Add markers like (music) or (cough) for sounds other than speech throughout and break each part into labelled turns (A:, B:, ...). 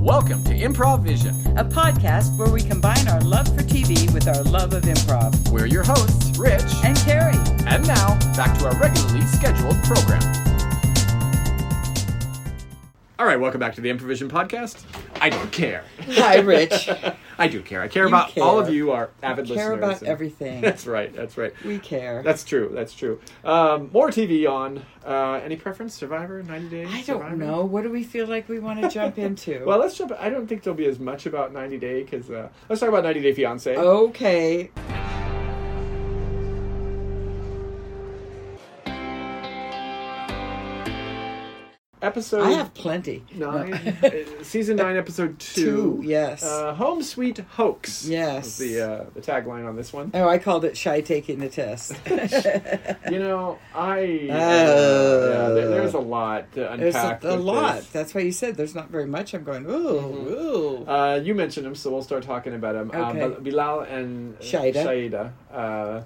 A: Welcome to Improv Vision.
B: a podcast where we combine our love for TV with our love of improv.
A: We're your hosts, Rich,
B: And Carrie,
A: and now back to our regularly scheduled program. All right, welcome back to the Improvision podcast. I don't
B: (laughs)
A: care.
B: hi,
A: (laughs)
B: Rich.
A: I do care. I care about
B: care.
A: all of you, our avid listeners.
B: care about
A: and- (laughs)
B: everything.
A: That's right. That's right.
B: We care.
A: That's true. That's true. Um, more TV on. Uh, any preference? Survivor, 90 Days?
B: I
A: Survivor?
B: don't know. What do we feel like we want
A: (laughs)
B: to jump into?
A: Well, let's jump. I don't think there'll be as much about 90 Day because uh, let's talk about 90 Day Fiance.
B: Oh, okay.
A: Episode
B: I have plenty.
A: nine,
B: No.
A: uh, season nine, episode two.
B: Two, yes.
A: Uh, Home Sweet Hoax.
B: Yes.
A: is the uh, the tagline on this
B: (laughs)
A: one.
B: (laughs) Oh, I called it shy taking
A: (laughs)
B: the test.
A: You know, I yeah,
B: Uh.
A: there, there's a lot to
B: There's a,
A: unpack.
B: a
A: with
B: lot.
A: this.
B: That's why you said there's not very much. I'm going, ooh, ooh.
A: Uh, you mentioned him, so we'll start talking about him. Uh,
B: Okay.
A: Bil- Bilal and
B: Shaida.
A: Shaida. Uh,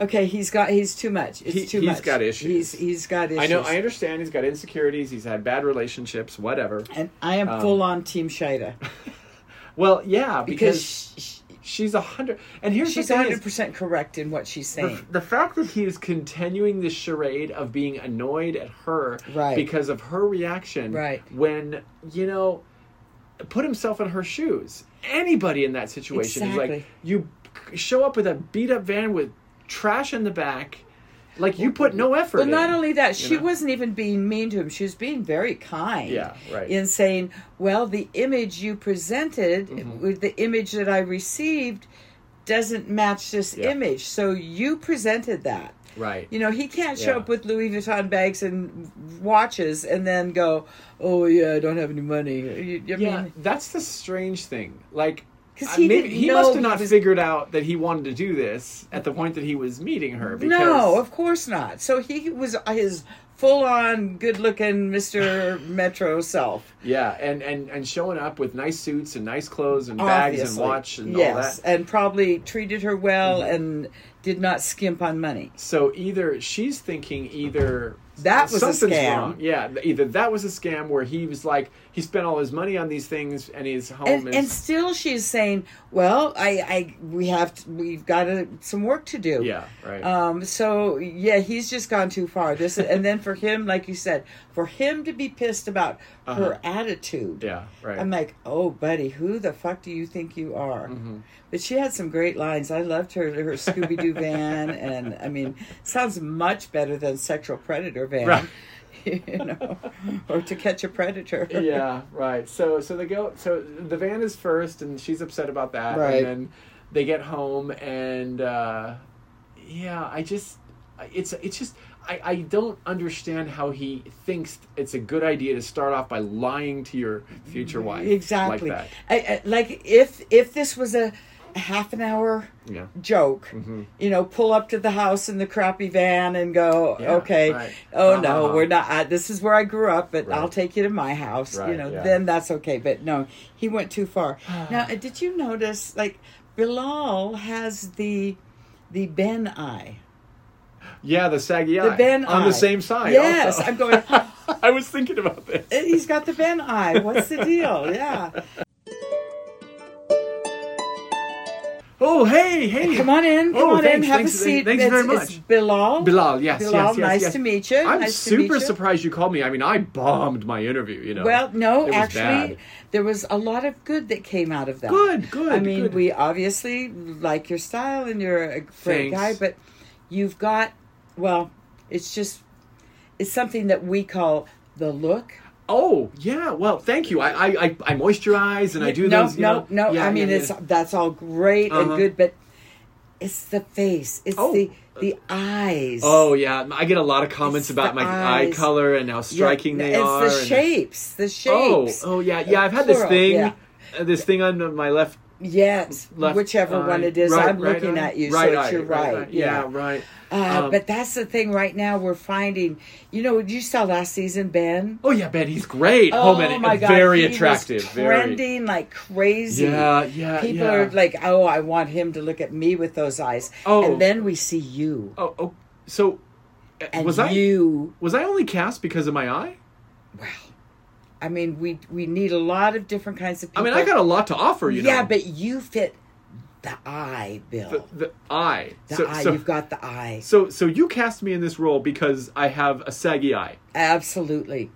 B: okay, he's got, he's too much. It's
A: He-
B: too
A: he's
B: much.
A: got issues.
B: He's, he's got issues.
A: I know. I understand. He's got insecurities. He's had bad relationships. Whatever.
B: And I am
A: Um,
B: full on
A: (laughs)
B: Team Shida
A: Well, yeah,
B: because
A: because,
B: sh- sh-
A: she's a hundred. And here's
B: she's
A: the thing: is-
B: 100% correct in what she's
A: the,
B: saying.
A: the fact that he is continuing this charade of being annoyed at her
B: Right.
A: because of her reaction
B: Right.
A: when you know put himself in her shoes anybody in that situation is like
B: Exactly.
A: you show up with a beat up van with trash in the back like you put no effort
B: Well, not
A: in.
B: only that, she
A: know?
B: wasn't even being mean to him. She was being very kind.
A: Yeah, right.
B: In saying, "Well, the image you presented
A: Mm-hmm.
B: with the image that I received doesn't match this
A: Yeah.
B: image, so you presented that."
A: right
B: You know, he can't show
A: Yeah.
B: up with Louis Vuitton bags and watches and then go, "Oh yeah, I don't have any money." You, you
A: yeah
B: mean,
A: that's the strange thing like
B: 'Cause
A: I-
B: he
A: maybe,
B: didn't
A: he
B: know
A: must have
B: he
A: not
B: was-
A: figured out that he wanted to do this at the point that he was meeting her because
B: no, of course not. So he was his full-on good-looking Mr. Metro self.
A: Yeah, and, and and showing up with nice suits and nice clothes and bags and
B: Obviously.
A: watch and
B: yes,
A: all that. Mm-hmm.
B: and probably treated her well and did not skimp on money.
A: So either she's thinking either
B: That was a
A: something's
B: scam.
A: Wrong. Yeah, th- either that was a scam where he was like he spent all his money on these things and his home
B: And,
A: is
B: and still, she's saying, "Well, I, I, we have, to, we've got a, some work to do."
A: yeah right
B: Um. So yeah, he's just gone too far. This, and then for him, like you said, for him to be pissed about her attitude.
A: Uh-huh. yeah right
B: I'm like, oh, buddy, who the fuck do you think you are?
A: Mm-hmm.
B: But she had some great lines. I loved her her
A: (laughs)
B: Scooby Doo van, and I mean, sounds much better than sexual predator van,
A: Right.
B: (laughs) you know, or to catch a predator.
A: yeah right. So so they go so the van is first and she's upset about that
B: Right.
A: and then they get home and uh, yeah I just I- it's it's just. I, I don't understand how he thinks it's a good idea to start off by lying to your future wife
B: exactly.
A: like
B: I, I, like if if this was a half an hour
A: that. Yeah.
B: joke,
A: Mm-hmm.
B: you know, pull up to the house in the crappy van and go,
A: Yeah,
B: okay,
A: right.
B: oh
A: Uh-huh,
B: no,
A: uh-huh.
B: we're not. I, this is where I grew up, but I'll
A: Right.
B: take you to my house. you
A: Right,
B: know,
A: yeah.
B: then that's okay. But no, he went too
A: (sighs)
B: far. now, uh, did you notice? Like Bilal has the the Ben eye.
A: Yeah, the saggy eye.
B: The Ben
A: on
B: eye.
A: the same side.
B: Yes,
A: also. (laughs)
B: I'm going. "Uh,
A: I was thinking about this.
B: He's got the Ben eye. What's the deal? Yeah,
A: Oh, hey, hey.
B: come on in. Come
A: Oh,
B: on
A: thanks,
B: in. Have
A: thanks,
B: a seat.
A: thanks very
B: It's- it's
A: much.
B: Bilal.
A: Bilal, yes, yes,
B: Bilal,
A: yes,
B: nice
A: yes.
B: to meet you.
A: I'm
B: Nice to meet
A: super
B: you.
A: surprised you called me. I mean, I bombed my interview, you know.
B: Well, no,
A: It was
B: actually,
A: bad.
B: there was a lot of good that came out of that.
A: Good, good,
B: I mean,
A: good.
B: we obviously like your style and you're a great
A: Thanks.
B: guy, but you've got, well, it's just, it's something that we call the look.
A: Oh, yeah. Well, thank you. I I, I, I moisturize and I do
B: no,
A: those. You
B: no,
A: know.
B: no.
A: Yeah,
B: I mean,
A: yeah,
B: it's
A: yeah.
B: that's all great
A: Uh-huh.
B: and good, but it's the face, it's
A: Oh.
B: the the eyes.
A: Oh yeah, I get a lot of comments
B: It's
A: about
B: the
A: my eye
B: eyes.
A: color and how
B: Yeah,
A: striking they
B: it's
A: are.
B: It's the
A: and-
B: shapes, the
A: Oh,
B: shapes.
A: oh yeah, yeah.
B: Uh,
A: I've had this
B: plural,
A: thing,
B: yeah.
A: uh, this thing on my left
B: Yes,
A: left
B: whichever
A: eye.
B: one it is,
A: Right-
B: I'm
A: right
B: looking
A: eye.
B: at you,
A: Right
B: so
A: eye,
B: it's your right.
A: eye. Yeah, right.
B: Uh,
A: Um,
B: but that's the thing right now we're finding. You know, you saw last season, Ben.
A: oh yeah, Ben, he's great. oh man, very
B: he was
A: attractive. very.
B: trending like crazy.
A: Yeah, yeah,
B: People
A: yeah.
B: are like, oh, I want him to look at me with those eyes.
A: Oh.
B: and then we see you,
A: Oh, oh so uh,
B: and
A: was I
B: you.
A: was I only cast because of my eye?
B: Well, I mean, we we need a lot of different kinds
A: I
B: of people.
A: mean, I got a lot to offer, you
B: yeah,
A: know.
B: but you fit the eye, Bill. The,
A: the, the eye. so,
B: eye.
A: so,
B: You've got the eye.
A: so so you cast me in this role because I have a saggy eye.
B: Absolutely.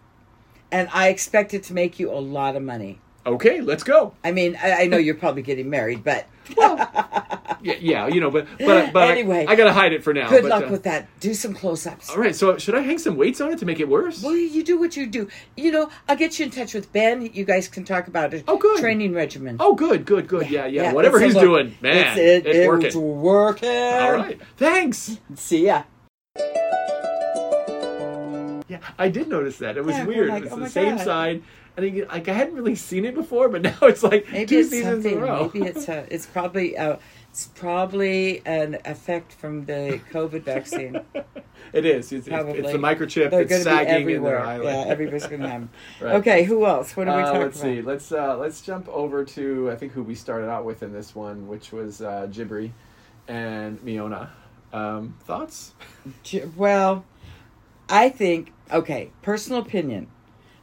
B: And I expect it to make you a lot of money.
A: Okay, let's go.
B: I mean, I, I know you're probably getting married, but
A: (laughs) Yeah, yeah you know, but but but I-
B: Anyway.
A: I, gotta hide it for now.
B: good
A: but,
B: luck
A: uh,
B: with that. Do some close-ups.
A: All right, so should I hang some weights on it to make it worse?
B: Well, you do what you do. You know, I'll get you in touch with Ben. You guys can talk about it.
A: Oh, good.
B: Training regimen.
A: Oh, good, good, good. Yeah, yeah. Whatever
B: it's a
A: he's
B: look.
A: doing, man, it's,
B: it's, it, it's
A: working.
B: working.
A: All right, thanks.
B: See ya.
A: Yeah, I did notice that. It was
B: Yeah, we're
A: weird.
B: like,
A: it's
B: oh my
A: the same
B: God.
A: sign, and I, like I hadn't really seen it before, but (laughs) now it's like
B: Maybe
A: two
B: it's
A: seasons in
B: something.
A: a row. (laughs)
B: Maybe it's a, it's probably a, it's probably an effect from the
A: (laughs)
B: COVID vaccine.
A: it is. It's, it's,
B: Probably
A: it's the microchip.
B: They're
A: it's
B: going to be
A: sagging in their
B: everywhere.
A: eye. (laughs)
B: Yeah, everybody's going to have. 'em.
A: Right.
B: Okay, who else? What are we
A: Uh,
B: talking
A: let's
B: about?
A: see. Let's uh, let's jump over to I think who we started out with in this one, which was uh, Jibri and Miona. Um, thoughts?
B: J- Well, I think okay. Personal opinion.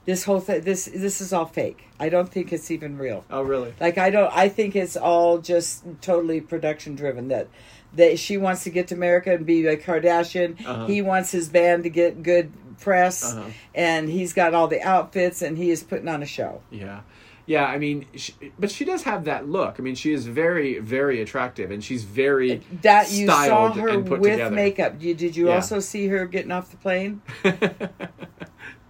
B: This whole thing. This this is all fake. I don't think it's even real.
A: Oh,
B: (laughs)
A: really?
B: Like I don't. I think it's all just totally production driven. That that she wants to get to America and be a Kardashian.
A: Uh-huh.
B: He wants his band to get good press,
A: Uh-huh.
B: and he's got all the outfits, and he is putting on a show.
A: Yeah, yeah. I mean, she, but she does have that look. I mean, she is very, very attractive, and she's very
B: That you saw
A: styled
B: her
A: and put
B: with
A: together.
B: makeup. You, did you
A: Yeah.
B: also see her getting off the plane?
A: (laughs)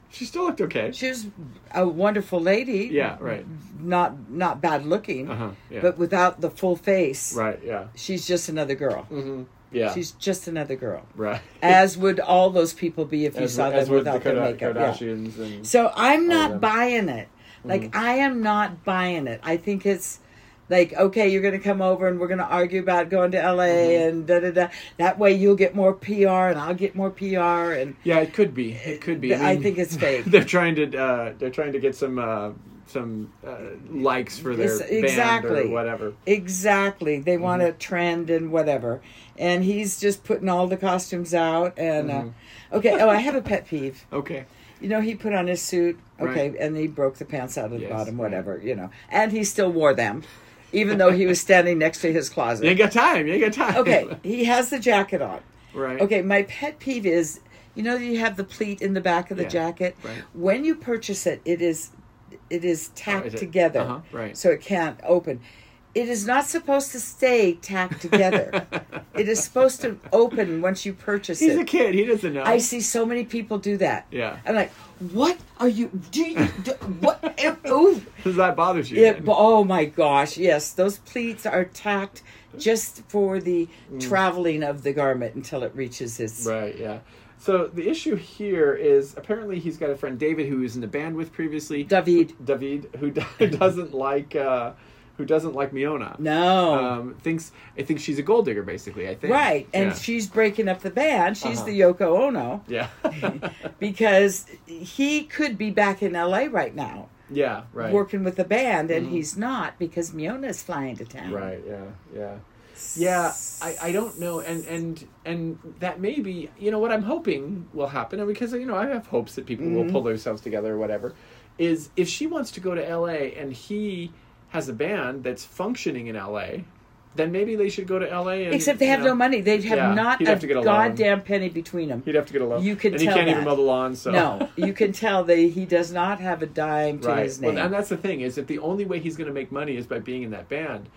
A: she still looked okay.
B: She was a wonderful lady.
A: Yeah, right.
B: Not not bad looking,
A: Uh-huh, yeah.
B: but without the full face,
A: Right. Yeah.
B: she's just another girl.
A: Yeah.
B: Mm-hmm. She's just another girl.
A: right.
B: (laughs) As would all those people be if you
A: As,
B: saw
A: as
B: them
A: with the
B: without their
A: Kada-
B: makeup. yeah.
A: Kardashians and
B: So I'm
A: them. Mm-hmm.
B: not buying it. Like I am not buying it. I think it's like okay, you're going to come over and we're going to argue about going to LA
A: Mm-hmm.
B: and da da da. That way you'll get more PR and I'll get more PR and
A: yeah, it could be. It could be.
B: I
A: mean, (laughs)
B: think it's fake.
A: They're trying to. Uh, they're trying to get some. Uh, some uh, likes for their
B: Yes,
A: band
B: exactly.
A: or whatever.
B: Exactly. They want
A: Mm-hmm.
B: a trend and whatever. And he's just putting all the costumes out. And
A: Mm-hmm.
B: uh, okay, oh, I have a pet peeve.
A: Okay.
B: You know, he put on his suit, okay,
A: Right.
B: and he broke the pants out of the
A: Yes,
B: bottom,
A: yeah.
B: whatever, you know. And he still wore them, even though he was standing next to his
A: You (laughs)
B: closet.
A: ain't got time. You ain't got time.
B: Okay, he has the jacket on.
A: (laughs) right.
B: Okay, my pet peeve is you know, you have the pleat in the back of the
A: Yeah,
B: jacket.
A: right. Oh,
B: When you purchase it, it is it is tacked
A: is it?
B: together,
A: Uh-huh, right.
B: So it can't open. It is not supposed to stay
A: (laughs)
B: tacked together. it is supposed to open once you purchase
A: He's
B: it.
A: a kid. He doesn't know.
B: I see so many people do that.
A: Yeah.
B: I'm like, what are you? Do you? Do,
A: (laughs)
B: what? Ew, ooh.
A: Does that bothers you?
B: It,
A: then?
B: oh my gosh, yes, those pleats are tacked just for the
A: Mm.
B: traveling of the garment until it reaches its
A: Right, yeah. So the issue here is apparently he's got a friend David who was in the band with previously.
B: David.
A: David who d- doesn't like uh, who doesn't like Miona.
B: No.
A: Um, thinks I think she's a gold digger basically, I think.
B: right. And
A: yeah.
B: she's breaking up the band. She's
A: Uh-huh.
B: the Yoko Ono (laughs)
A: Yeah. (laughs)
B: because he could be back in LA right now
A: yeah, right. Mm-hmm.
B: working with the band and he's not because Miona's flying to town.
A: Right, yeah, yeah. Yeah, I, I don't know, and and and that may be you know what I'm hoping will happen, and because you know I have hopes that people
B: Mm-hmm.
A: will pull themselves together or whatever, is if she wants to go to L.A. and he has a band that's functioning in L.A., then maybe they should go to L.A. And,
B: Except they
A: you
B: have
A: know,
B: no money. They'd have
A: Yeah,
B: not
A: he'd
B: a,
A: have to get a loan.
B: goddamn penny between them.
A: He'd have to get a loan.
B: You can
A: and
B: tell
A: he can't even
B: that.
A: mow the lawn. So (laughs)
B: No, you can tell that he does not have a dime to
A: right.
B: his name.
A: Well, and that's the thing is if the only way he's going to make money is by being in that band.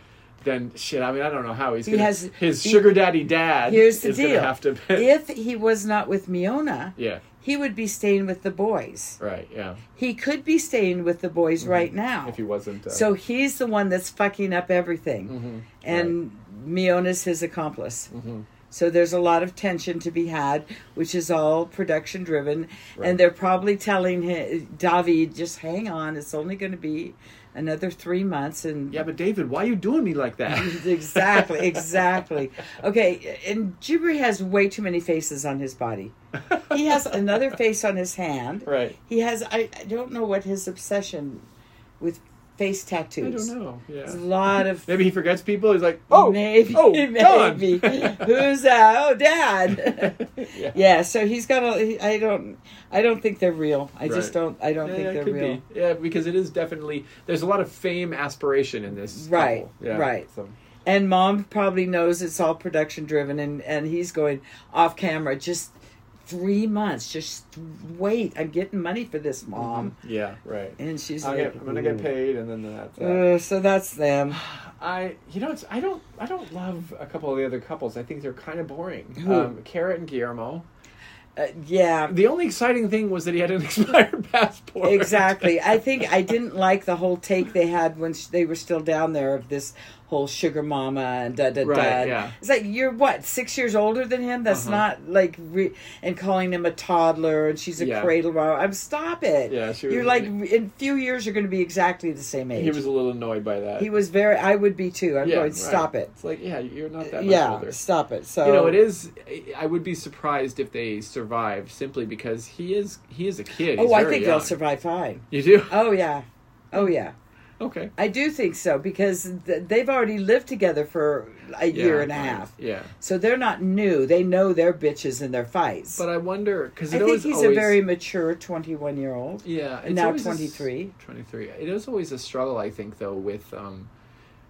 A: Then shit. I mean, I don't know how he's.
B: He
A: gonna,
B: has-
A: his
B: he-
A: sugar daddy dad.
B: Here's the
A: is
B: deal.
A: Gonna have to.
B: if he was not with Miona,
A: yeah.
B: he would be staying with the boys.
A: Right. Yeah.
B: He could be staying with the boys right now.
A: Mm-hmm. If he wasn't. Uh,
B: So he's the one that's fucking up everything.
A: Mm-hmm.
B: And Miona's his accomplice. So there's a lot of tension to be had, which is all production driven.
A: Right.
B: And they're probably telling him, David, just hang on. It's only going to be another three months. And
A: Yeah, but David, why are you doing me like that?
B: (laughs)
A: (laughs)
B: exactly, exactly. Okay, and Jibri has way too many faces on his body. He has another face on his hand.
A: Right.
B: He has I, I don't know what his obsession with face
A: I
B: tattoos.
A: don't know.
B: There's a
A: Yeah.
B: lot of (laughs)
A: Maybe he forgets people. He's like, oh,
B: maybe,
A: oh, Don.
B: (laughs) maybe. (laughs) Who's that? Oh, Dad.
A: (laughs) yeah.
B: yeah. So he's got a. he- I don't. I don't think they're real. I just
A: Right.
B: don't. I don't
A: yeah,
B: think
A: yeah, it
B: they're
A: could
B: real.
A: be. Yeah, because it is definitely there's a lot of fame aspiration in this.
B: Right,
A: couple. Yeah,
B: right.
A: So,
B: And mom probably knows it's all production driven, and and he's going off camera. Just three months. Just wait. I'm getting money for this, mom.
A: yeah, right.
B: And she's
A: I'll
B: like,
A: Mm-hmm.
B: Uh,
A: get, I'm gonna get paid, and then that's that.
B: "Ugh," so that's them.
A: I, you know, it's I don't I don't love a couple of the other couples. I think they're kind of boring.
B: Who?
A: Um, Carrot and Guillermo.
B: Uh, yeah.
A: The only exciting thing was that he had an (laughs) expired passport.
B: (laughs) Exactly. I think I didn't like the whole take they had when sh- they were still down there of this whole sugar mama and da da da.
A: Right, yeah.
B: It's like you're what six years older than him. That's
A: Uh-huh.
B: not like re- and calling him a toddler and she's a
A: Yeah.
B: cradle robber. I'm stop it.
A: Yeah, she was.
B: You're like in few years you're going to be exactly the same
A: (laughs)
B: age.
A: he was a little annoyed by that.
B: He was very. I would be too. I'm
A: Yeah,
B: going
A: right.
B: stop it.
A: It's like, yeah, you're not that much
B: yeah,
A: older.
B: stop it. So
A: You know, it is. I would be surprised if they survived simply because he is he is a kid. He's
B: Oh, I
A: very
B: think
A: young.
B: they'll survive fine.
A: You do? (laughs)
B: Oh yeah, oh yeah.
A: Okay.
B: I do think so because th- they've already lived together for a
A: Yeah,
B: year and a
A: right.
B: half.
A: Yeah,
B: So they're not new. They know their bitches and their fights.
A: but I wonder because
B: I
A: it
B: think
A: was
B: he's
A: always
B: a very mature 21 year old.
A: yeah
B: and
A: it's
B: now
A: always a s-
B: 23.
A: 23. It is always a struggle, I think, though, with um,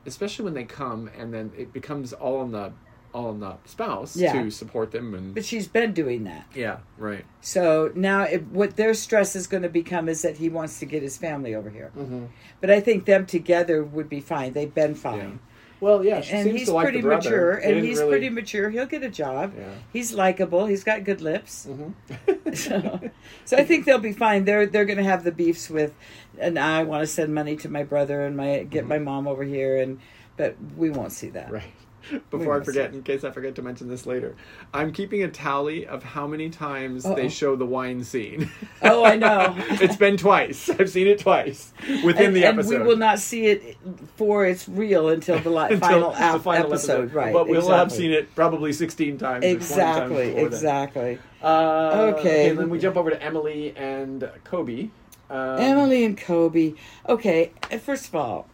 A: especially when they come and then it becomes all on the all on the spouse
B: Yeah.
A: to support them and
B: But she's been doing that.
A: yeah, right.
B: So now it, what their stress is going to become is that he wants to get his family over here.
A: Mm-hmm.
B: But I think them together would be fine. They've been fine.
A: Well, yeah, she
B: And
A: seems
B: he's
A: to like
B: pretty
A: the brother.
B: mature.
A: They
B: And
A: didn't
B: he's
A: really-
B: pretty mature. He'll get a job.
A: Yeah.
B: He's likable. He's got good lips.
A: Mm-hmm.
B: (laughs) so, so I think they'll be fine. They're they're going to have the beefs with, and I want to send money to my brother and my get my mom over here, and but we won't see that.
A: (laughs) Mm-hmm. Right. Before I
B: must
A: forget, in case I forget to mention this later, I'm keeping a tally of how many times
B: Uh-oh.
A: they show the wine scene.
B: Oh, I know.
A: (laughs) it's been twice. I've seen it twice within
B: and,
A: the
B: and
A: episode.
B: we will not see it for its real
A: (laughs)
B: until the li- final, ap- episode. right?
A: But we'll have
B: exactly.
A: seen it probably 16 times. or 20 times
B: Exactly,
A: before then.
B: exactly.
A: Uh,
B: Okay.
A: okay. And then we jump over to Emily and Kobe. Um,
B: Emily and Kobe. Okay, uh, first of all,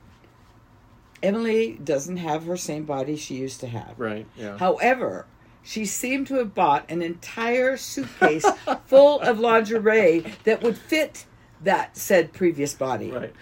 B: Emily doesn't have her same body she used to have.
A: Right. Yeah.
B: However, she seemed to have bought an entire suitcase (laughs) full of lingerie that would fit that said previous body.
A: right.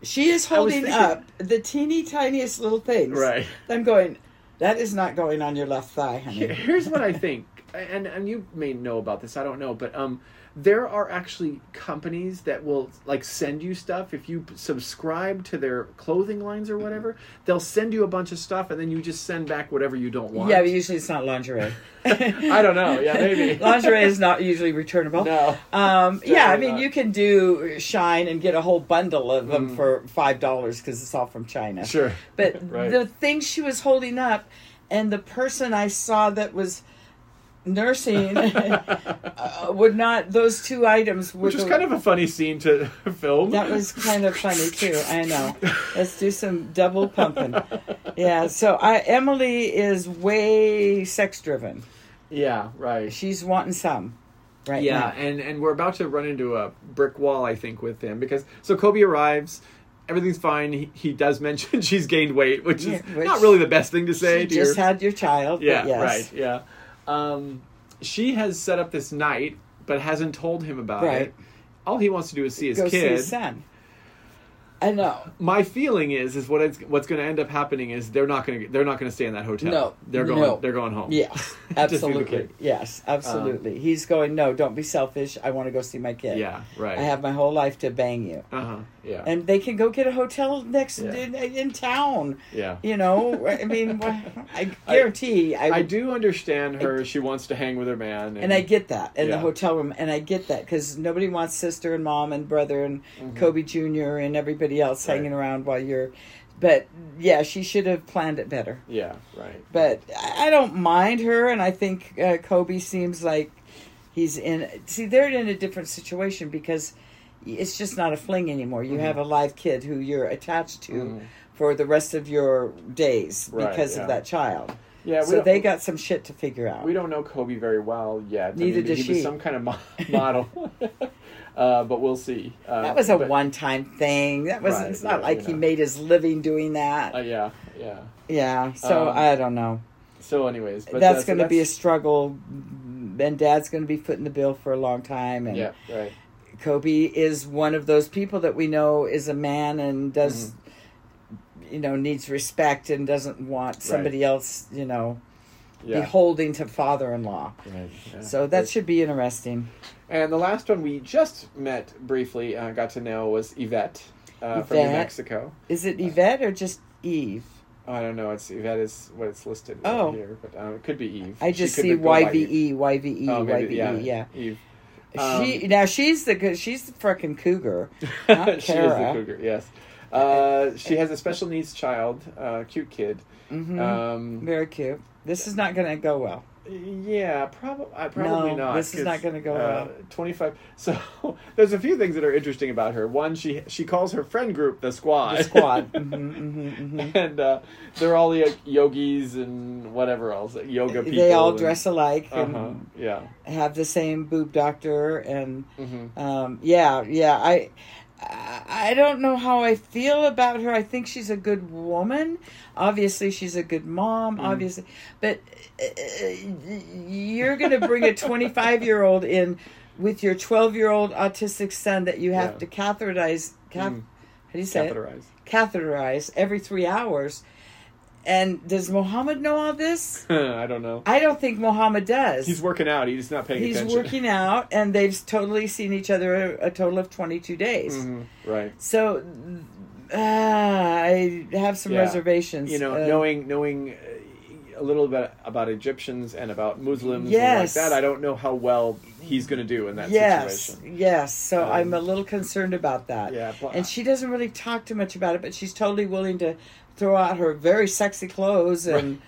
B: She is
A: was
B: holding
A: thinking-
B: up the teeny tiniest little things.
A: Right.
B: I'm going, that is not going on your left thigh, honey.
A: Here- Here's what I think, and and you may know about this. I don't know, but um, there are actually companies that will like send you stuff if you subscribe to their clothing lines or whatever.
B: Mm-hmm.
A: They'll send you a bunch of stuff, and then you just send back whatever you don't want.
B: Yeah, but usually it's not lingerie.
A: I don't know. Yeah,
B: (laughs)
A: maybe.
B: lingerie is not usually returnable.
A: No.
B: Um, yeah, I
A: Definitely
B: mean,
A: not. Mm.
B: you can do shine and get a whole bundle of them for $5 because it's all from China.
A: Sure.
B: But
A: (laughs) Right.
B: the thing she was holding up, and the person I saw that was nursing (laughs) uh, would not. Those two items were
A: Which was
B: the-
A: kind of a funny scene to (laughs) film.
B: that was kind of funny too. I know. Let's do some
A: (laughs)
B: double pumping. Yeah. So I, Emily is way sex driven.
A: Yeah. Right.
B: She's wanting some, right?
A: yeah
B: now.
A: and and we're about to run into a brick wall i think with him because so kobe arrives everything's fine he, he does (laughs) mention she's gained weight which is
B: Yeah, which-
A: not really the best thing to say
B: You
A: to your-
B: just had your child. but
A: yeah
B: yes.
A: right yeah um, she has set up this night but hasn't told him about
B: Right.
A: it all he wants to do is see his
B: Go
A: kid
B: see his son. I know.
A: my feeling is is what it's, what's going to end up happening is they're not going to they're not going to stay in that hotel
B: No,
A: they're going
B: no.
A: they're going home
B: Yes,
A: Oh. (laughs) Just leave the
B: absolutely.
A: kid. Um,
B: yes, absolutely. He's going, no, don't be selfish. I want to go see my kid.
A: yeah right
B: I have my whole life to bang you.
A: uh-huh yeah
B: And they can go get a hotel next
A: Yeah.
B: in, in town.
A: yeah
B: You know, I mean,
A: (laughs)
B: I guarantee I,
A: I do understand her. she wants to hang with her man,
B: and I get that in the
A: Yeah.
B: hotel room, and I get that because nobody wants sister and mom and brother and Kobe Jr. and everybody else
A: Mm-hmm. Right.
B: hanging around while you're. But yeah, she should have planned it better.
A: yeah, right.
B: but I I don't mind her, and I think uh, Kobe seems like he's in. See, they're in a different situation because it's just not a fling anymore.
A: Mm-hmm.
B: You have a live kid who you're attached to for the rest of your days
A: Right,
B: because
A: yeah.
B: of that child.
A: Yeah, we
B: so
A: don't,
B: they got some shit to figure out.
A: we don't know Kobe very well yet.
B: Neither
A: I mean,
B: (laughs) does
A: he
B: she.
A: was some kind of mo- model. (laughs) Uh, but we'll see. Uh,
B: That was a
A: but-
B: one-time thing. That was.
A: Right,
B: it's not
A: yeah,
B: like
A: you
B: he
A: know.
B: made his living doing that.
A: Uh, yeah, yeah.
B: yeah. So
A: um,
B: I don't know.
A: So, anyways, but
B: that's going to be a
A: that's-
B: struggle, and Dad's going to be footing the bill for a long time. And
A: yeah, right.
B: Kobe is one of those people that we know is a man and does,
A: Mm-hmm.
B: you know, needs respect and doesn't want somebody else, you know,
A: Yeah.
B: beholding to father-in-law.
A: Right. yeah.
B: So that should be interesting.
A: And the last one we just met briefly, uh, got to know, was Yvette, uh, from New
B: Yvette.
A: Mexico.
B: Is it Yvette or just Eve?
A: Oh, I don't know. It's Yvette is what it's listed right
B: Oh.
A: here, but um, it could be Eve.
B: I
A: She
B: just
A: could
B: see E
A: go by Eve.
B: YVE, YVE,
A: Oh, maybe,
B: YVE.
A: yeah,
B: E,
A: Um,
B: Yeah.
A: Eve. (laughs)
B: she now she's the good. She's the fucking cougar. Not
A: she is the
B: Kara.
A: cougar. Yes. Uh, she has a special needs child, uh, cute kid.
B: hmm
A: Um,
B: Very cute. This is not going to go well.
A: yeah, prob- uh, probably
B: No,
A: not.
B: this is
A: 'cause, uh,
B: not gonna go well.
A: Twenty-five. So (laughs) there's a few things that are interesting about her. One, she she calls her friend group the squad. (laughs)
B: The squad. hmm hmm hmm
A: and uh, they're all y- yogis and whatever else, yoga people.
B: They all
A: and-
B: dress alike
A: Uh-huh,
B: and
A: yeah.
B: have the same boob doctor and
A: hmm
B: um, yeah, yeah. I I I don't know how I feel about her. I think she's a good woman. Obviously, she's a good mom.
A: Mm.
B: Obviously, but uh, you're going to
A: (laughs)
B: bring a 25 year old in with your 12 year old autistic son that you have
A: Yeah.
B: to catheterize. Cath-
A: Mm.
B: How do you say it?
A: Catheterized.
B: Catheterize every three hours. And does Mohammed know all this?
A: (laughs) I don't know.
B: I don't think Mohammed does.
A: He's working out. He's not paying
B: He's
A: attention. (laughs)
B: working out, and they've totally seen each other a, a total of 22 days.
A: Mhm, Right.
B: So uh, I have some
A: Yeah.
B: reservations.
A: You know,
B: uh,
A: knowing knowing uh, a little bit about Egyptians and about Muslims
B: Yes.
A: and like that, I don't know how well he's going to do in that
B: yes,
A: situation.
B: yes. So
A: Um,
B: I'm a little concerned about that.
A: Yeah. but- (laughs)
B: And she doesn't really talk too much about it, but she's totally willing to throw out her very sexy clothes and. uh,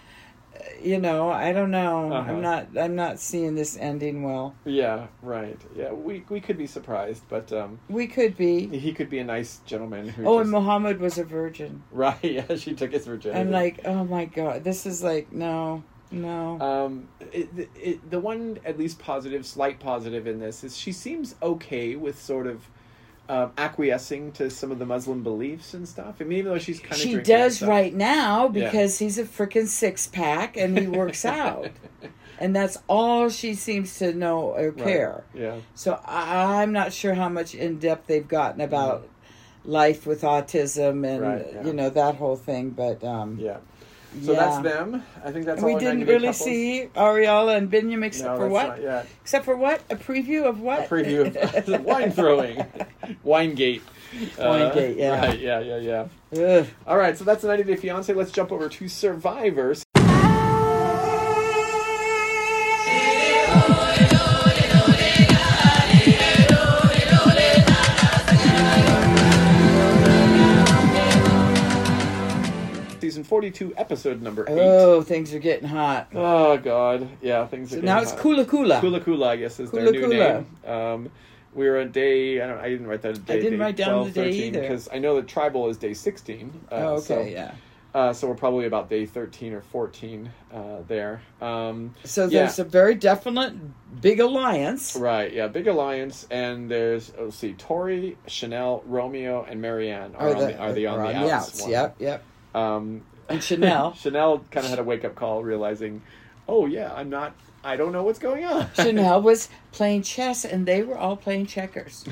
B: You know, I don't know.
A: Uh-huh.
B: I'm not. I'm not seeing this ending well.
A: yeah. Right. Yeah. We we could be surprised, but um,
B: We could be.
A: he could be a nice gentleman who.
B: Oh,
A: just-
B: and Mohammed was a virgin.
A: (laughs) right. Yeah. She took his virginity.
B: I'm like, oh my god, this is like no, no.
A: Um, it, it, the one at least positive, slight positive in this is she seems okay with sort of um, acquiescing to some of the Muslim beliefs and stuff. I mean, even though she's kind of
B: she does right now
A: Yeah.
B: because he's a freaking six pack and he
A: (laughs)
B: works out, and that's all she seems to know or care.
A: Yeah,
B: So I, I'm not sure how much in depth they've gotten about life with autism and
A: Mm-hmm. Right, yeah.
B: you know that whole thing. But um,
A: yeah. So that's them. I think that's
B: And we
A: all. our
B: didn't
A: 90 Day
B: really
A: Couples.
B: see Ariella and Binyam except
A: No,
B: for
A: that's
B: what?
A: not- yeah,
B: Except for what? A preview of
A: a
B: what?
A: preview
B: (laughs)
A: of (laughs) wine throwing, wine gate, Uh,
B: Wine gate, yeah.
A: right, yeah, yeah, yeah.
B: Ugh.
A: All right, so that's the 90 Day Fiance. Let's jump over to Survivor. Season 42, episode number 8. Oh,
B: Oh, things are getting hot.
A: God. Yeah, things are
B: So
A: getting
B: now it's
A: hot.
B: Kula Kula.
A: Kula Kula, I guess, is their
B: Kula
A: new
B: Kula.
A: name. Um, we were on day. I don't. I didn't write that. Day,
B: I didn't write down the day either.
A: because I know that tribal is day sixteen. Uh,
B: oh, okay,
A: so,
B: yeah.
A: Uh, so we're probably about day thirteen or fourteen uh, there. Um,
B: So
A: Yeah.
B: there's a very definite big alliance.
A: right. Yeah. Big alliance, and there's oh, let's see, Tori, Chanel, Romeo, and Marianne are, on the, are the on
B: are
A: the
B: the
A: outs. one.
B: Yep, yep.
A: Um,
B: And
A: (laughs)
B: Chanel.
A: Chanel kind of had a wake up call, realizing, oh yeah, I'm not. I don't know what's going on.
B: Chanel was playing chess, and they were all playing checkers.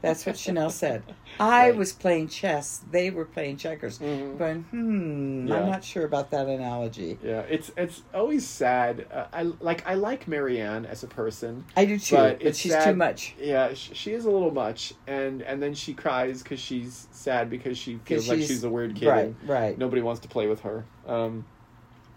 B: That's what
A: (laughs)
B: Chanel said. I
A: Right.
B: was playing chess; they were playing checkers.
A: Mhm.
B: But hmm,
A: Yeah.
B: I'm not sure about that analogy.
A: (laughs) Yeah, it's it's always sad. Uh, I like I like Marianne as a person.
B: I do too,
A: But
B: but,
A: it's
B: she's too
A: sad-
B: much.
A: Yeah, she, she is a little much, and and then she cries because she's sad because she feels like she's a weird kid.
B: Right,
A: and
B: right.
A: Nobody wants to play with her. Um,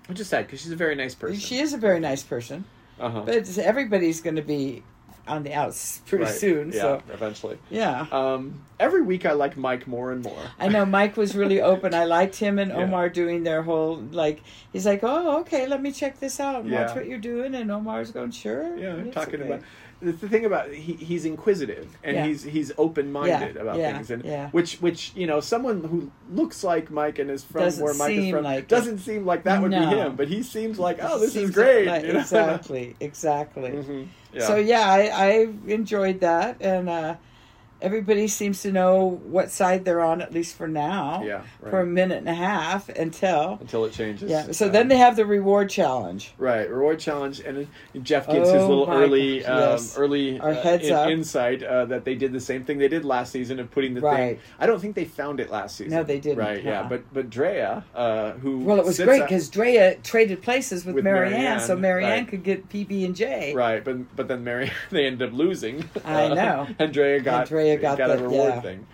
A: which is sad because she's a very nice person.
B: She is a very nice person,
A: uh-huh.
B: but it's- everybody's going to be on the outs pretty
A: Right.
B: soon.
A: Yeah,
B: So
A: eventually.
B: yeah.
A: Um, every week I like Mike more and more.
B: I know Mike was really
A: (laughs)
B: open. I liked him and
A: Yeah.
B: Omar doing their whole like. He's like, oh, okay, let me check this out and
A: Yeah.
B: watch what you're doing. And Omar's going, sure.
A: Yeah, I'm
B: it's
A: talking
B: okay."
A: about the, the thing about he, he's inquisitive and
B: Yeah.
A: he's he's open minded
B: Yeah,
A: about
B: yeah,
A: things and
B: yeah.
A: which which you know someone who looks like Mike and is from
B: Doesn't
A: where Mike is
B: seem
A: from
B: like it.
A: doesn't seem like that would
B: No.
A: be him, but he seems like oh this
B: Seems
A: is great.
B: like- uh,
A: you know? (laughs)
B: exactly, exactly.
A: Mhm, yeah.
B: So yeah, I, I enjoyed that, and uh, everybody seems to know what side they're on at least for now.
A: Yeah,
B: For a
A: right.
B: minute and a half until.
A: until it changes.
B: Yeah. So
A: Um,
B: then they have the reward challenge.
A: Right, reward challenge, and then Jeff gets his
B: Oh
A: little
B: my
A: early,
B: gosh,
A: um,
B: yes.
A: early
B: Our
A: uh,
B: heads
A: in-
B: up.
A: insight uh, that they did the same thing they did last season of putting the
B: Right.
A: thing. I don't think they found it last season.
B: No, they didn't,
A: Right, yeah,
B: huh.
A: but but Drea, uh, who
B: Well, it was
A: sits
B: great
A: at-
B: because Drea traded places with,
A: With
B: Marianne, so
A: Marianne,
B: Marianne
A: right.
B: could get PB and J.
A: right, but but then Mary (laughs) they ended up losing.
B: I know.
A: (laughs) and Drea got
B: Drea got
A: a
B: the-
A: reward
B: yeah.
A: thing.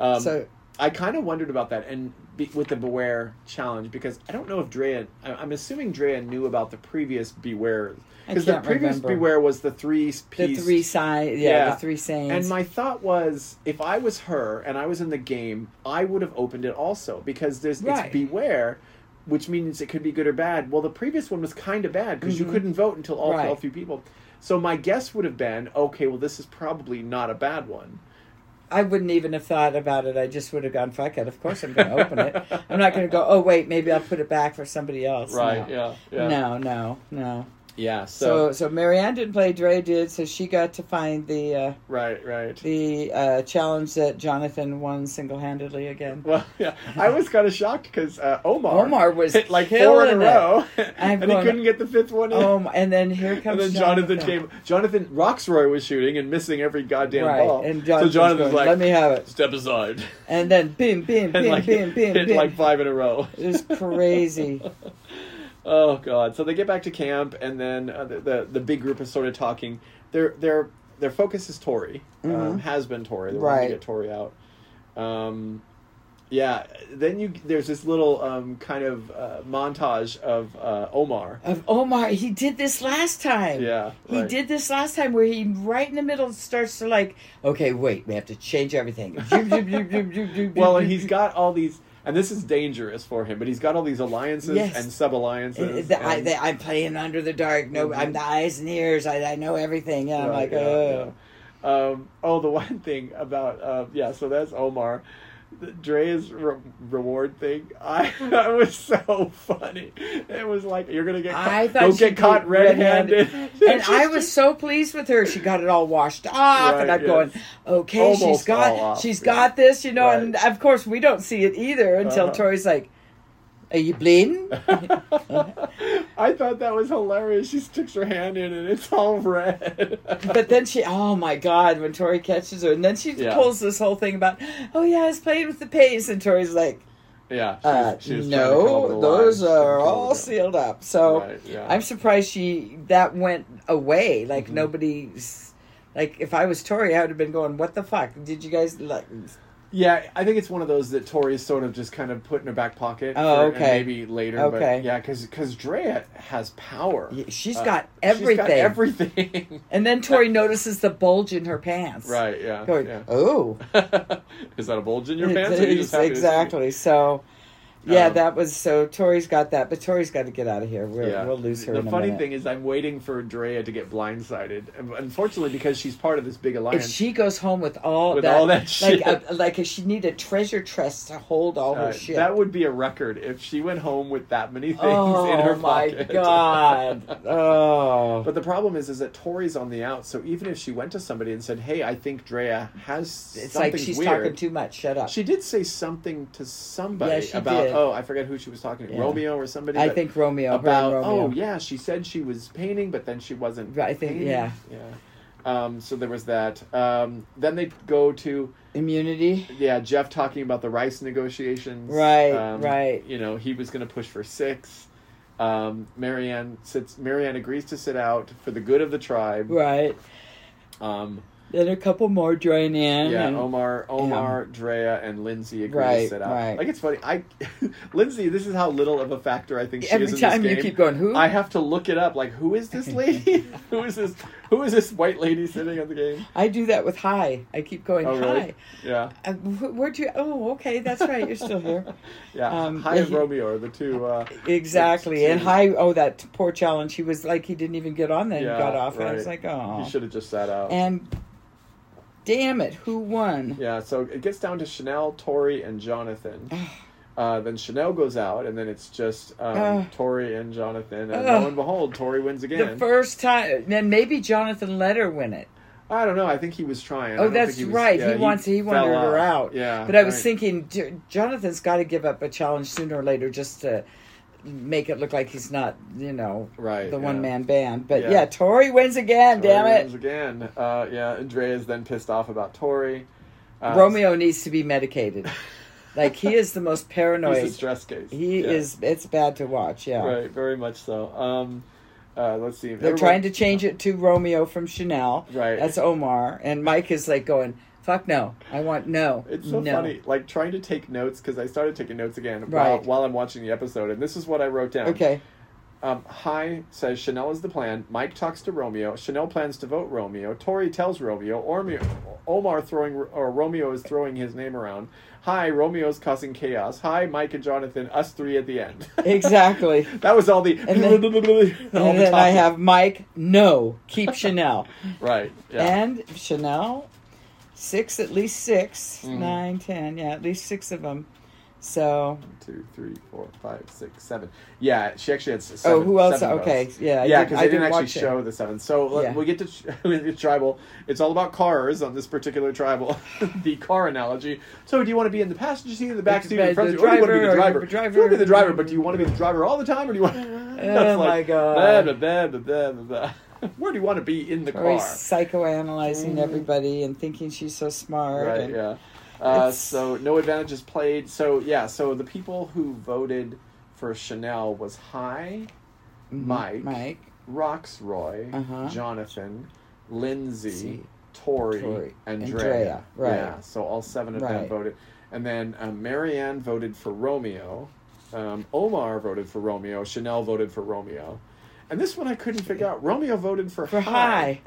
A: Um,
B: So
A: I kind of wondered about that, and be, with the Beware challenge, because I don't know if Drea. I, I'm assuming Drea knew about the previous Beware,
B: I
A: because the
B: can't
A: previous
B: remember.
A: Beware was the three
B: the
A: piece.
B: three side, yeah,
A: Yeah.
B: the three sayings.
A: And my thought was, if I was her and I was in the game, I would have opened it also because there's
B: Right.
A: it's beware, which means it could be good or bad. Well, the previous one was kind of bad because you couldn't vote until all
B: Mm-hmm. Right.
A: 12 people. So my guess would have been, okay, well, this is probably not a bad one.
B: I wouldn't even have thought about it. I just would have gone, fuck it. Of course I'm going to open it. I'm not going to go, oh, wait, maybe I'll put it back for somebody else. No.
A: yeah,
B: No, no, no.
A: yeah. So,
B: So, so Marianne didn't play. Dre did, so she got to find the uh,
A: right, right.
B: the uh, challenge that Jonathan won single handedly again.
A: Well, (laughs) yeah, I was kind of shocked because uh, Omar
B: Omar was
A: hit like four in a
B: killing it.
A: row, (laughs)
B: I'm
A: and
B: going-
A: he couldn't get the fifth one in.
B: Oh, my- and then here
A: and
B: comes
A: then Jonathan,
B: Jonathan,
A: came. Jonathan Roxroy was shooting and missing every goddamn
B: right,
A: ball.
B: and
A: so
B: Jonathan's
A: Jonathan's
B: going,
A: like,
B: "Let me have
A: (laughs)
B: it."
A: step aside,
B: And then bim,
A: (laughs)
B: bim,
A: and
B: bim,
A: like
B: bim, bim,
A: hit
B: bim.
A: like five in a row.
B: It was crazy.
A: Oh god! So they get back to camp, and then uh, the, the the big group is sort of talking. Their their their focus is Tori. Um, has been Tori. They want
B: Mm-hmm. Right.
A: to get Tori out. Um, yeah. Then you there's this little um, kind of uh, montage of uh, Omar.
B: Of Omar, he did this last time.
A: Yeah.
B: He
A: right.
B: did this last time where he right in the middle starts to like, okay, wait, we have to change everything. Zoom, zoom, zoom, zoom, zoom, zoom,
A: Well,
B: zoom,
A: and he's
B: zoom.
A: got all these, and this is dangerous for him. But he's got all these alliances
B: Yes.
A: and sub alliances.
B: The- I, the- I'm playing under the dark. No,
A: Mhm.
B: I'm the eyes and ears. I, I know everything. Yeah, I'm
A: Right,
B: like,
A: yeah,
B: oh,
A: yeah. Um, oh, the (laughs) one thing about uh, yeah, so that's Omar. The Dre's re- reward thing, (laughs) I that was so funny. It was like you're gonna get
B: I
A: caught,
B: thought
A: don't
B: she
A: get caught
B: did
A: red-handed, (laughs)
B: (laughs) and I was so pleased with her. She got it all washed off, and
A: Right,
B: I'm going,
A: yes.
B: okay, she's
A: Almost all
B: got,
A: off,
B: she's
A: yeah.
B: got this, you know.
A: Right.
B: And of course, we don't see it either until
A: Uh-huh.
B: Tori's like, "Are you bleeding?"
A: (laughs) I thought that was hilarious. She sticks her hand in and it's all red. (laughs)
B: But then she, oh my God, when Tori catches her, and then she
A: Yeah.
B: pulls this whole thing about, oh yeah, I was playing with the pace, and Tori's like,
A: yeah, she
B: uh,
A: was- she was trying to come up with a
B: no, those
A: line. She
B: are
A: couldn't come up
B: all
A: with it.
B: sealed up. So
A: Right, yeah. Mm-hmm.
B: I'm surprised she that went away. Like nobody's, like if I was Tori, I would have been going, what the fuck? Did you guys like?
A: Yeah, I think it's one of those that Tori's sort of just kind of put in her back pocket.
B: Oh,
A: and
B: okay.
A: maybe later.
B: Okay.
A: But yeah, because Drea has power.
B: y- She's
A: Uh,
B: got
A: She's
B: everything.
A: got everything. (laughs)
B: and then Tori notices the bulge in her pants.
A: right, yeah.
B: Going,
A: yeah.
B: oh.
A: (laughs) Is that a bulge in your pants? or are you just happy to see me?
B: exactly. So, yeah,
A: Um,
B: that was so. Tori's got that, but Tori's got to get out of here. We're,
A: Yeah.
B: We'll lose her.
A: The
B: in a
A: funny
B: minute.
A: thing is, I'm waiting for Drea to get blindsided. And Unfortunately, because she's part of this big
B: if
A: alliance.
B: she goes home with all
A: With
B: that,
A: all that shit.
B: like a, like if she need a treasure chest to hold all
A: uh,
B: her oh, shit.
A: that would be a record if she went home with that many things
B: oh
A: in her
B: my
A: pocket.
B: god!
A: (laughs)
B: Oh,
A: But the problem is, is that Tori's on the out. So even if she went to somebody and said, "Hey, I think Drea has
B: it's
A: something
B: like she's
A: weird,"
B: talking too much. Shut up.
A: she did say something to somebody
B: Yeah, she
A: about,
B: did.
A: "Oh, I forget who she was talking to,
B: Yeah.
A: Romeo or somebody."
B: I
A: but
B: think Romeo. her and
A: about,
B: Romeo.
A: "Oh yeah, she said she was painting, but then she wasn't."
B: Right, I think-
A: painting."
B: yeah.
A: yeah. Um, so there was that. Um, then they go to
B: immunity.
A: yeah Jeff talking about the rice negotiations.
B: Right,
A: Um,
B: right.
A: You know he was going to push for six. Um, Marianne sits. Marianne agrees to sit out for the good of the tribe.
B: Right.
A: Um,
B: Then a couple more join in.
A: yeah, oh
B: and-
A: Omar, Omar, Drea, and Lindsay agree
B: Right,
A: to sit out.
B: right.
A: Like it's funny. I, (laughs) Lindsay, this is how little of a factor I think she
B: Every
A: is in
B: time
A: this
B: you
A: game.
B: keep going, who?
A: I have to look it up. Like, who is this
B: (laughs)
A: lady? (laughs) who is this? Who is this white lady sitting on the game?
B: I do that with hi. I keep going
A: Oh, really?
B: hi.
A: Yeah,
B: Uh, wh- where'd you? Oh, okay, that's right. You're still here.
A: (laughs) yeah.
B: Um,
A: Hi
B: yeah,
A: and
B: he-
A: Romeo are the two. Uh,
B: Exactly. And
A: Two.
B: hi. Oh, that poor challenge. He was like he didn't even get on. Then
A: Yeah,
B: got off, and I was
A: right.
B: like, oh.
A: He should have just sat out.
B: And damn it, who won?
A: yeah. So it gets down to Chanel, Tori, and Jonathan. Uh, then Chanel goes out, and then it's just um,
B: Ugh.
A: Tori and Jonathan. And
B: Ugh.
A: lo and behold, Tori wins again.
B: The first time. Then maybe Jonathan let her win it.
A: I don't know. I think he was trying. I
B: Oh,
A: don't think
B: that's
A: was-
B: right.
A: yeah,
B: he wants. He wanted
A: fell
B: her
A: off.
B: out.
A: Yeah.
B: But I
A: Ah,
B: was
A: right.
B: thinking, J- Jonathan's got to give up a challenge sooner or later, just to make it look like he's not, you know,
A: Right,
B: the
A: yeah.
B: one man band. But
A: Yeah.
B: yeah. Tori wins again.
A: Tori
B: damn
A: wins
B: it!
A: Again. Uh, yeah. Andrea's then pissed off about Tori. Uh,
B: Romeo needs to
A: (laughs)
B: be medicated. like he is the most
A: He's a
B: paranoid.
A: stress case.
B: He
A: Yeah.
B: is. It's bad to watch. Yeah.
A: Right. Very much so. Um, uh, let's see.
B: They're trying to change it to Romeo from Chanel.
A: Right.
B: That's Omar, and Mike is like going, "Fuck no! I want no."
A: It's so
B: no.
A: funny, like trying to take notes because I started taking notes again while,
B: Right.
A: while I'm watching the episode, and this is what I wrote down.
B: Okay.
A: Um, Hi says Chanel is the plan. Mike talks to Romeo. Chanel plans to vote Romeo. Tori tells Romeo. Ormeo, Omar throwing or Romeo is throwing his name around. Hi, Romeo's causing chaos. Hi, Mike and Jonathan. Us three at the end. (laughs)
B: Exactly.
A: that was (laughs) all the.
B: And then-
A: all
B: and
A: the
B: then I
A: talking.
B: have Mike. No,
A: (laughs)
B: keep Chanel.
A: right. Yeah.
B: And Chanel, six at least six,
A: Mm-hmm.
B: nine, ten. Yeah, at least six of them. So oh,
A: Two, three, four, five, six, seven. Yeah, she actually had s- seven.
B: Oh, who else?
A: seven
B: Okay,
A: votes.
B: yeah, I
A: yeah,
B: did-
A: because
B: I
A: they didn't
B: did
A: actually
B: watch it.
A: show the seven. So let-
B: Yeah.
A: we get to tr- (laughs) we get to tribal. It's all about cars on this particular tribal, (laughs) the car analogy. So do you want to be in the passenger seat, or the back
B: The-
A: seat, or the
B: the
A: front seat, or do you want to be the
B: driver, or
A: driver?
B: the
A: You want to be the
B: driver.
A: driver, but do you want to be the driver all the time, or do you want? (laughs)
B: Oh, my God.
A: Blah, blah, blah, blah, blah, blah. (laughs) Where do you want to be in the
B: very
A: car? Mm-hmm.
B: psychoanalyzing everybody and thinking she's so smart.
A: Right.
B: and-
A: Yeah. Uh,
B: It's-
A: so no advantages played. So yeah. So the people who voted for Chanel was High, Mike,
B: Mm-hmm. Mike,
A: Roxroy,
B: Uh-huh.
A: Jonathan, Lindsay,
B: See.
A: Tori,
B: Tori,
A: Andrea.
B: Andrea, right.
A: Yeah. So all seven of them
B: Right.
A: voted, and then uh, Marianne voted for Romeo. Um, Omar voted for Romeo. Chanel voted for Romeo. And this one I couldn't figure out. Romeo voted for,
B: for high.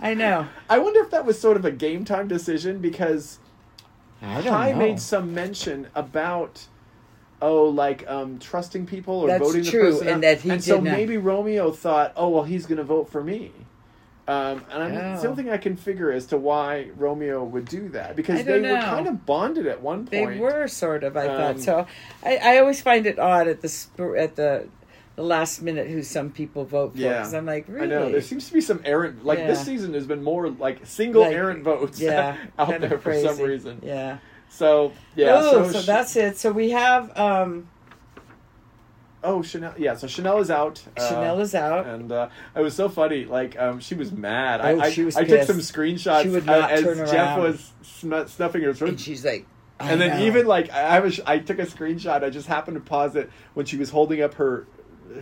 B: I know.
A: (laughs) I wonder if that was sort of a game time decision because
B: I don't
A: Ty
B: know.
A: made some mention about oh like um trusting people or
B: That's
A: voting
B: true,
A: the person
B: and
A: out.
B: that he
A: and so
B: did not-
A: maybe Romeo thought oh well he's gonna vote for me um, and I'm, it's the
B: Oh.
A: only thing I can figure as to why Romeo would do that because
B: I
A: they
B: don't
A: were
B: know.
A: kind of bonded at one point.
B: They were sort of, I
A: Um,
B: thought. So I, I always find it odd at the sp- at the the last minute who some people vote for
A: Yeah.
B: because I'm like, really?
A: I know there seems to be some errant like this
B: Yeah.
A: season has been more like single
B: Like,
A: errant votes
B: (laughs) yeah,
A: (laughs) out
B: kind of
A: there for some
B: crazy.
A: reason.
B: Yeah.
A: So yeah,
B: oh, so,
A: Ch-
B: that's it. So we have um,
A: oh Chanel yeah so Chanel is out. uh,
B: Chanel is out.
A: (laughs) and uh, it was so funny. Like um, she was mad.
B: Oh,
A: I, I,
B: she was
A: I took
B: pissed.
A: some screenshots
B: She would not
A: uh, as
B: turn
A: Jeff
B: around.
A: was snu snuffing her throat.
B: and she's like, I
A: and then
B: know.
A: even like I I was, I took a screenshot. I just happened to pause it when she was holding up her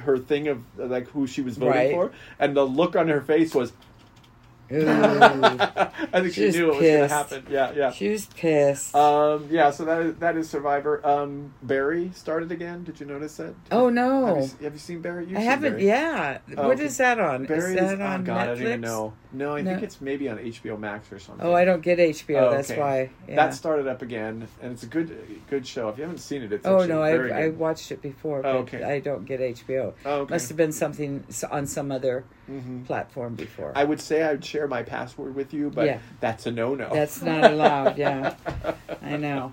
A: her thing of uh, like who she was voting
B: Right.
A: for, and the look on her face was.
B: (laughs)
A: (laughs)
B: Ooh.
A: I think she,
B: She's
A: knew it was going to
B: pissed.
A: happen. Yeah, yeah.
B: she was pissed.
A: Um, yeah, so that is, that is Survivor. Um, Barry started again. Did you notice that?
B: oh
A: Have you,
B: no,
A: s- have you seen Barry? You've
B: I
A: seen
B: haven't.
A: Barry.
B: Yeah,
A: Oh,
B: what
A: okay.
B: is that on?
A: Barry
B: is that
A: oh
B: on
A: God,
B: Netflix?
A: I don't even know. No, I think
B: No.
A: it's maybe on HBO Max or something.
B: Oh, I don't get HBO.
A: Oh,
B: That's
A: okay.
B: why. Yeah.
A: That started up again, and it's a good good show. If you haven't seen it, it's
B: oh
A: actually
B: no,
A: very
B: I I
A: good.
B: watched it before, but
A: Oh, okay.
B: I don't get HBO.
A: Oh, okay. Mm-hmm.
B: Must have been something s- on some other platform before.
A: I would say I would share my password with you, but
B: Yeah.
A: that's a no no.
B: That's not allowed.
A: (laughs)
B: Yeah, I know.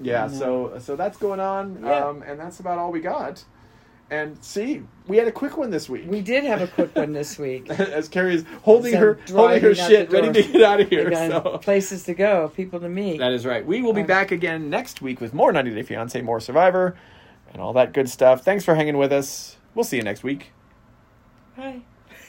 A: yeah.
B: no.
A: So so that's going on,
B: Yeah.
A: um, and that's about all we got. And see, we had a quick one this week.
B: We did have a quick one this week.
A: (laughs) as Carrie is holding
B: As I'm
A: her holding her
B: driving out
A: shit,
B: the
A: ready
B: door.
A: to get out of here.
B: We got
A: So.
B: places to go, people to meet.
A: That is right. We will be back again next week with more 90 Day Fiance, more Survivor, and (laughs) all that good stuff. Thanks for hanging with us. We'll see you next week.
B: Hi.